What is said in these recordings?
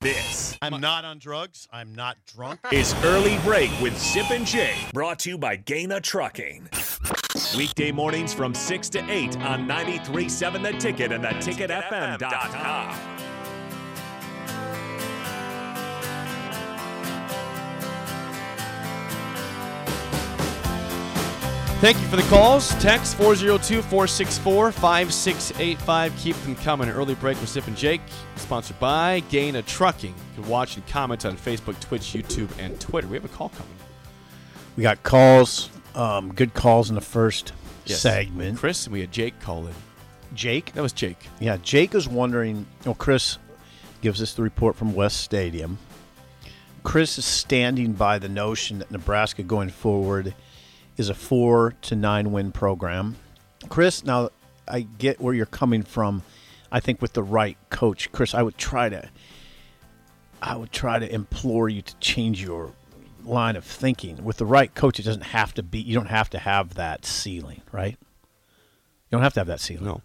This I'm not on drugs. I'm not drunk. is Early Break with Zip and Jay, brought to you by Gaina Trucking. Weekday mornings from 6 to 8 on 93.7 The Ticket and theticketfm.com. Thank you for the calls. Text 402 464 5685. Keep them coming. Early break with Zip and Jake, sponsored by Gaina Trucking. You can watch and comment on Facebook, Twitch, YouTube, and Twitter. We have a call coming. We got calls, um, good calls in the first segment. Chris, and we had Jake calling. Jake? That was Jake. Yeah, Jake is wondering. Well, Chris gives us the report from West Stadium. Chris is standing by the notion that Nebraska going forward is a four to nine win program. Chris, now I get where you're coming from. I think with the right coach, Chris, I would try to, I would try to implore you to change your line of thinking. With the right coach, it doesn't have to be. You don't have to have that ceiling, right? You don't have to have that ceiling No.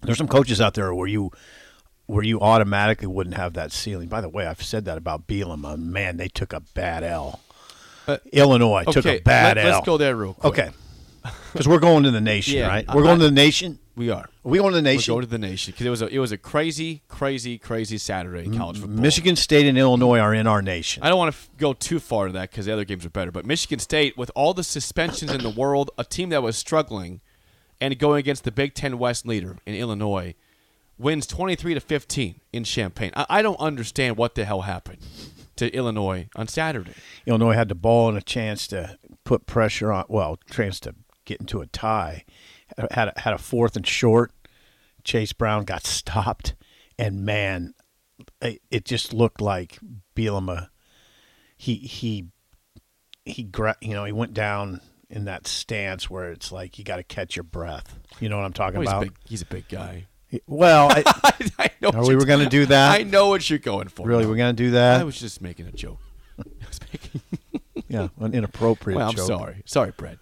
there's some coaches out there where you where you automatically wouldn't have that ceiling. By the way, I've said that about Bielema. Man, they took a bad L. Uh, Illinois took a bad let, L. us go there real quick. Okay, because we're going to the nation, Yeah, right? I- We're going to the nation. We are. Are we going to the We're nation? going to the nation because it was a it was a crazy, crazy, crazy Saturday in college football. Michigan State and Illinois are in our nation. I don't want to f- go too far to that because the other games are better. But Michigan State, with all the suspensions in the world, a team that was struggling, and going against the Big Ten West leader in Illinois, wins twenty three to fifteen in Champaign. I, I don't understand what the hell happened to Illinois on Saturday. Illinois had the ball and a chance to put pressure on. Well, chance to get into a tie. Had a, had a fourth and short. Chase Brown got stopped, and man, it, it just looked like Bielema. He he he gra- You know, he went down in that stance where it's like you got to catch your breath. You know what I'm talking Well, Oh, he's, a about? big, he's a big guy. Well, I, I, I know. Are what we you're- were gonna do that? I know what you're going for. really, No, we're gonna do I that? was just making a joke. I was making- yeah, an inappropriate. well, I'm joke. sorry. Sorry, Brett.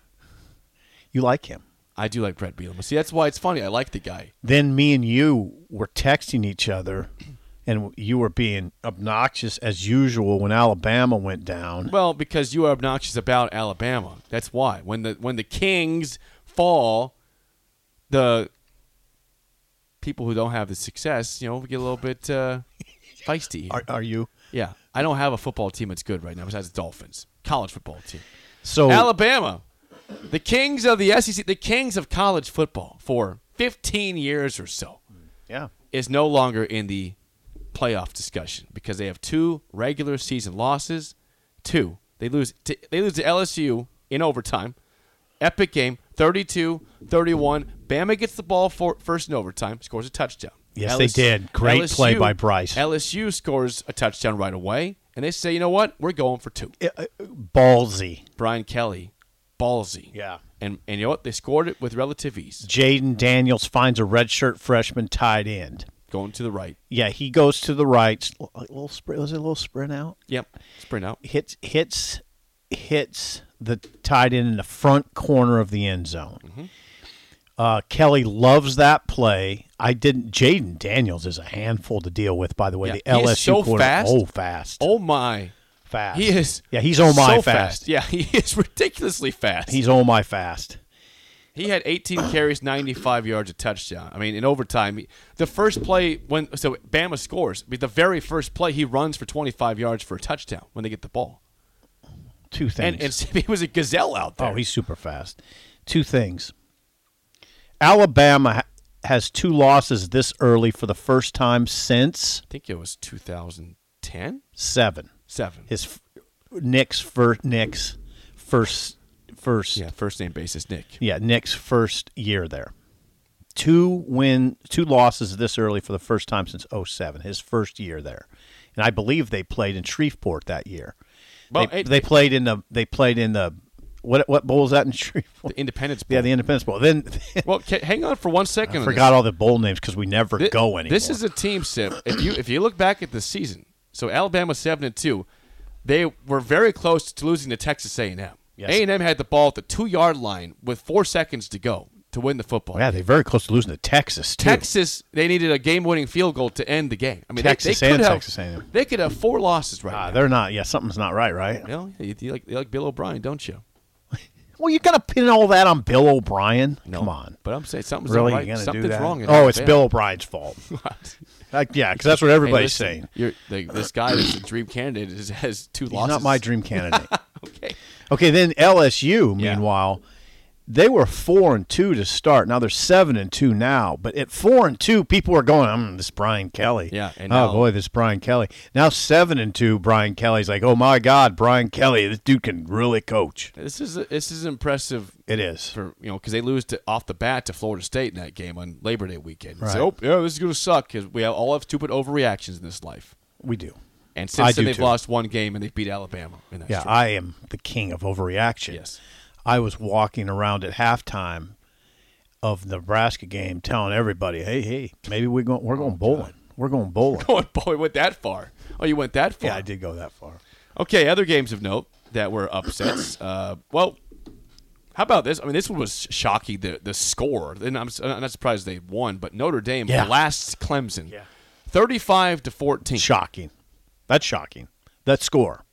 You like him? I do like Brett Bielema. See, that's why it's funny. I like the guy. then me and you were texting each other and you were being obnoxious as usual when Alabama went down. Well, because you are obnoxious about Alabama. That's why. When the when the Kings fall, the people who don't have the success, you know, get a little bit uh, feisty. here. Are, are you? yeah, I don't have a football team that's good right now besides the Dolphins, college football team. So Alabama, the Kings of the SEC, the Kings of college football for 15 years or so yeah. is no longer in the playoff discussion because they have two regular season losses. Two. They lose to, they lose to LSU in overtime. Epic game, 32-31. Bama gets the ball for, first in overtime, scores a touchdown. Yes, they did. Great play by Bryce. LSU scores a touchdown right away, and they say, you know what? We're going for two. Ballsy. Brian Kelly, ballsy. Yeah. And, and you know what? They scored it with relative ease. Jaden Daniels finds a redshirt freshman tight end. Going to the right. Yeah, he goes to the right. A little sprint. Was it a little sprint out? Yep. Sprint out. Hits hits hits the tight end in the front corner of the end zone. Mm-hmm. Uh, Kelly loves that play. I didn't. Jaden Daniels is a handful to deal with. By the way, Yeah, the he is LSU so quarter- fast. Oh, fast. Oh, my. fast. He is. Yeah, he's oh my so fast. Yeah, he is ridiculously fast. He's oh my fast. He had 18 carries, 95 yards, a touchdown. I mean, in overtime, he- the first play when so Bama scores, but the very first play he runs for 25 yards for a touchdown when they get the ball. Two things. And and Simi was a gazelle out there. Oh, he's super fast. Two things. Alabama ha- has two losses this early for the first time since I think it was 2010, seven. seven. His f- Nick's first Nick's first first yeah, first name basis Nick. yeah, Nick's first year there. Two win two losses this early for the first time since 07, his first year there. And I believe they played in Shreveport that year. Well, they, it- they played in the they played in the what what bowl was that in Shreveport? The Independence Bowl. yeah, the Independence Bowl. Then well, ca- hang on for one second. I on forgot this. all the bowl names because we never Thi- go anymore. This is a team sip. If you if you look back at the season, so Alabama seven and two, they were very close to losing to Texas A and M. Yes. A and M had the ball at the two yard line with four seconds to go to win the football. Oh, yeah, they're very close to losing to Texas too. Texas, they needed a game winning field goal to end the game. I mean, they- Texas they, could and have, Texas A&M. They could have four losses right Ah, now. they're not. Yeah, something's not right, right? You, know, you, you like, you like Bill O'Brien, don't you? Well, you're gonna pin all that on Bill O'Brien? No. Come on, But I'm saying something's really? not You're right. gonna Something's do that? wrong. in oh, it's Alabama. Bill O'Brien's fault. like, yeah, because that's what Hey, everybody's listen, saying. You're, the, this guy that's a dream candidate is, has two He's losses. not my dream candidate. Okay. okay, then LSU. Yeah. Meanwhile, they were four and two to start. Now they're seven and two now. But at four and two, people are going, mm, "This Brian Kelly." Yeah, and oh now- boy, this Brian Kelly. Now seven and two, Brian Kelly's like, "Oh my God, Brian Kelly, this dude can really coach." This is this is impressive It is. for you know because they lose to, off the bat to Florida State in that game on Labor Day weekend. Right. So oh yeah, this is gonna suck because we have all have stupid overreactions in this life. We do. And I since then do they've too. lost one game and they beat Alabama. In that Yeah, stretch. I am the king of overreaction. Yes. I was walking around at halftime of the Nebraska game telling everybody, hey, hey, maybe we're going, we're going bowling. We're going bowling. Oh boy, went that far. Oh, you went that far. yeah, I did go that far. Okay, other games of note that were upsets. uh, well, how about this? I mean, this one was shocking. The the score, and I'm, s- I'm not surprised they won, but Notre Dame Yeah. blasts Clemson, thirty-five to fourteen. Shocking. That's shocking. That score.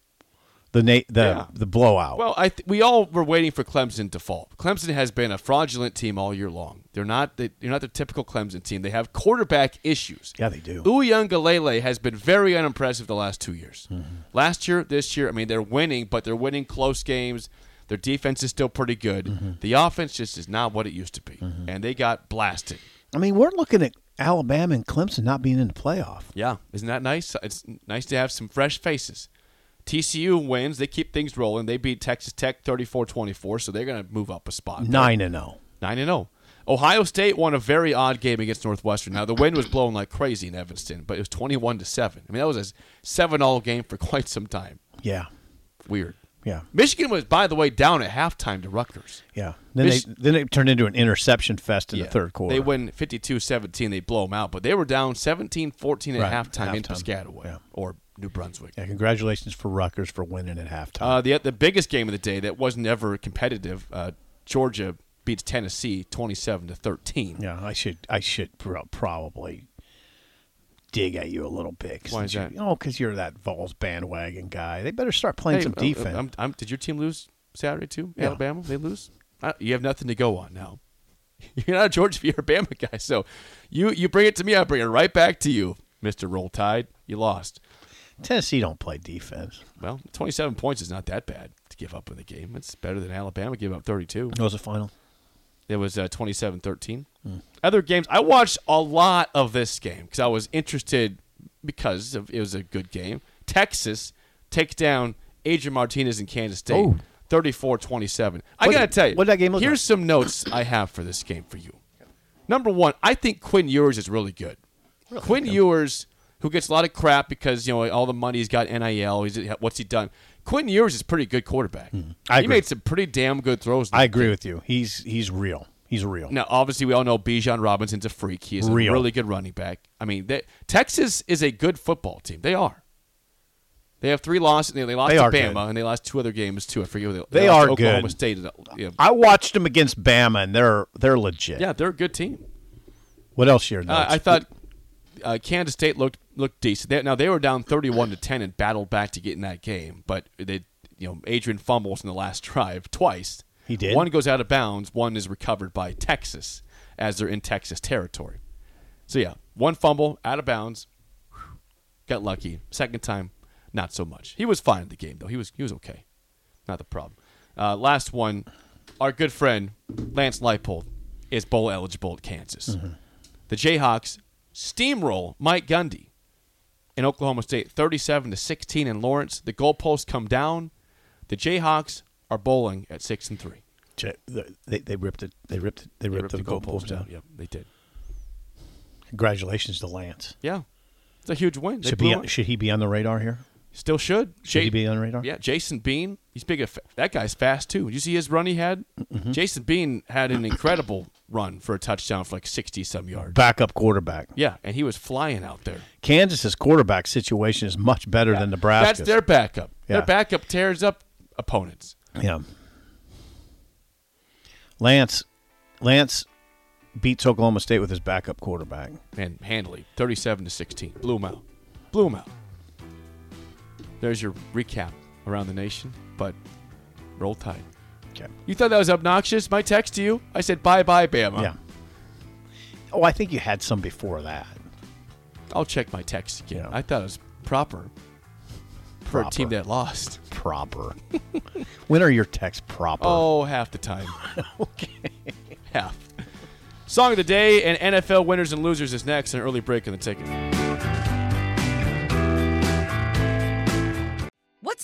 The na- the Yeah. the blowout. Well, I th- we all were waiting for Clemson to fall. Clemson has been a fraudulent team all year long. They're not the, they're not the typical Clemson team. They have quarterback issues. Yeah, they do. Uyangalele has been very unimpressive the last two years. Mm-hmm. Last year, this year, I mean, they're winning, but they're winning close games. Their defense is still pretty good. Mm-hmm. The offense just is not what it used to be, and they got blasted. I mean, we're looking at Alabama and Clemson not being in the playoff. Yeah, isn't that nice? It's nice to have some fresh faces. TCU wins. They keep things rolling. They beat Texas Tech 34-24, so they're going to move up a spot. there. Nine and oh. zero. Nine and zero. Ohio State won a very odd game against Northwestern. Now the wind was blowing like crazy in Evanston, but it was twenty-one to seven. I mean that was a seven-all game for quite some time. Yeah, Weird. yeah, Michigan was, by the way, down at halftime to Rutgers. yeah. Then Mich- they then it turned into an interception fest in the third quarter. They win 52-17. They blow them out, but they were down 17-14 at Right, halftime, in halftime. Piscataway Yeah. or New Brunswick. Yeah, congratulations for Rutgers for winning at halftime. Uh, the the biggest game of the day that wasn't ever competitive. Uh, Georgia beats Tennessee twenty-seven to thirteen. Yeah, I should I should pro- probably dig at you a little bit. Cause Why is you, that? Oh, because you're that Vols bandwagon guy. They better start playing Hey, some uh, defense. I'm, I'm, did your team lose Saturday too? Alabama, they lose. I, you have nothing to go on now. You're not a Georgia, you're a Bama guy. So you you bring it to me, I bring it right back to you, Mister Roll Tide. You lost. Tennessee don't play defense. Well, 27 points is not that bad to give up in the game. It's better than Alabama give up 32. What was the final? Hmm. It was uh, 27-13. Other games, I watched a lot of this game because I was interested because of, it was a good game. Texas take down Adrian Martinez in Kansas State, Oh. 34-27. I What- gotta tell you, what did that game look Here's like? some notes I have for this game for you. Number one, I think Quinn Ewers is really good. Quinn Ewers, who gets a lot of crap because you know all the money he's got NIL, he's, what's he done? Quinn Ewers is a pretty good quarterback. Mm-hmm. I he agree. made some pretty damn good throws. in I that agree with you. He's he's real. He's real. now, obviously, we all know Bijan Robinson's a freak. He is Real. a really good running back. I mean, they, Texas is a good football team. They are. They have three losses. They, they lost They to are Bama, good. and they lost two other games too. I forget. Who they They lost are to Oklahoma good. State. and, Yeah. I watched them against Bama, and they're they're legit. yeah, they're a good team. What else here? Uh, I thought uh, Kansas State looked looked decent. They, now they were down thirty-one to ten and battled back to get in that game, but they, you know, Adrian fumbles in the last drive twice. He did? One goes out of bounds. One is recovered by Texas as they're in Texas territory. So yeah, one fumble out of bounds. Whew. Got lucky. Second time, not so much. He was fine in the game though. He was he was okay. Not the problem. Uh, last one, our good friend Lance Leipold is bowl eligible at Kansas. Mm-hmm. The Jayhawks steamroll Mike Gundy in Oklahoma State, 37 to 16 in Lawrence. The goalposts come down. The Jayhawks are bowling at six and three. J- They, they ripped it. They ripped it. They ripped, the, goalpost down. Yep, they did. Congratulations to Lance. Yeah, it's a huge win. They Should, blew be, it. should he be on the radar here? Still should. Should he be on the radar? Yeah, Jason Bean. He's big. Of, that guy's fast too. Did you see his run he had? Mm-hmm. Jason Bean had an incredible run for a touchdown for like sixty some yards. Backup quarterback. Yeah, and he was flying out there. Kansas's quarterback situation is much better than Nebraska's. That's their backup. Yeah. Their backup tears up opponents. Yeah. Lance, Lance beats Oklahoma State with his backup quarterback. and handily 37 to 16 blew 'em out blew 'em out there's your recap around the nation but roll tide Okay. you thought that was obnoxious my text to you i said bye bye bama Yeah. Oh, I think you had some before that. i'll check my text again Yeah. i thought it was proper for a team Proper. that lost Proper. when are your texts proper? oh half the time okay half song of the day and nfl winners and losers is next an early break in the ticket What's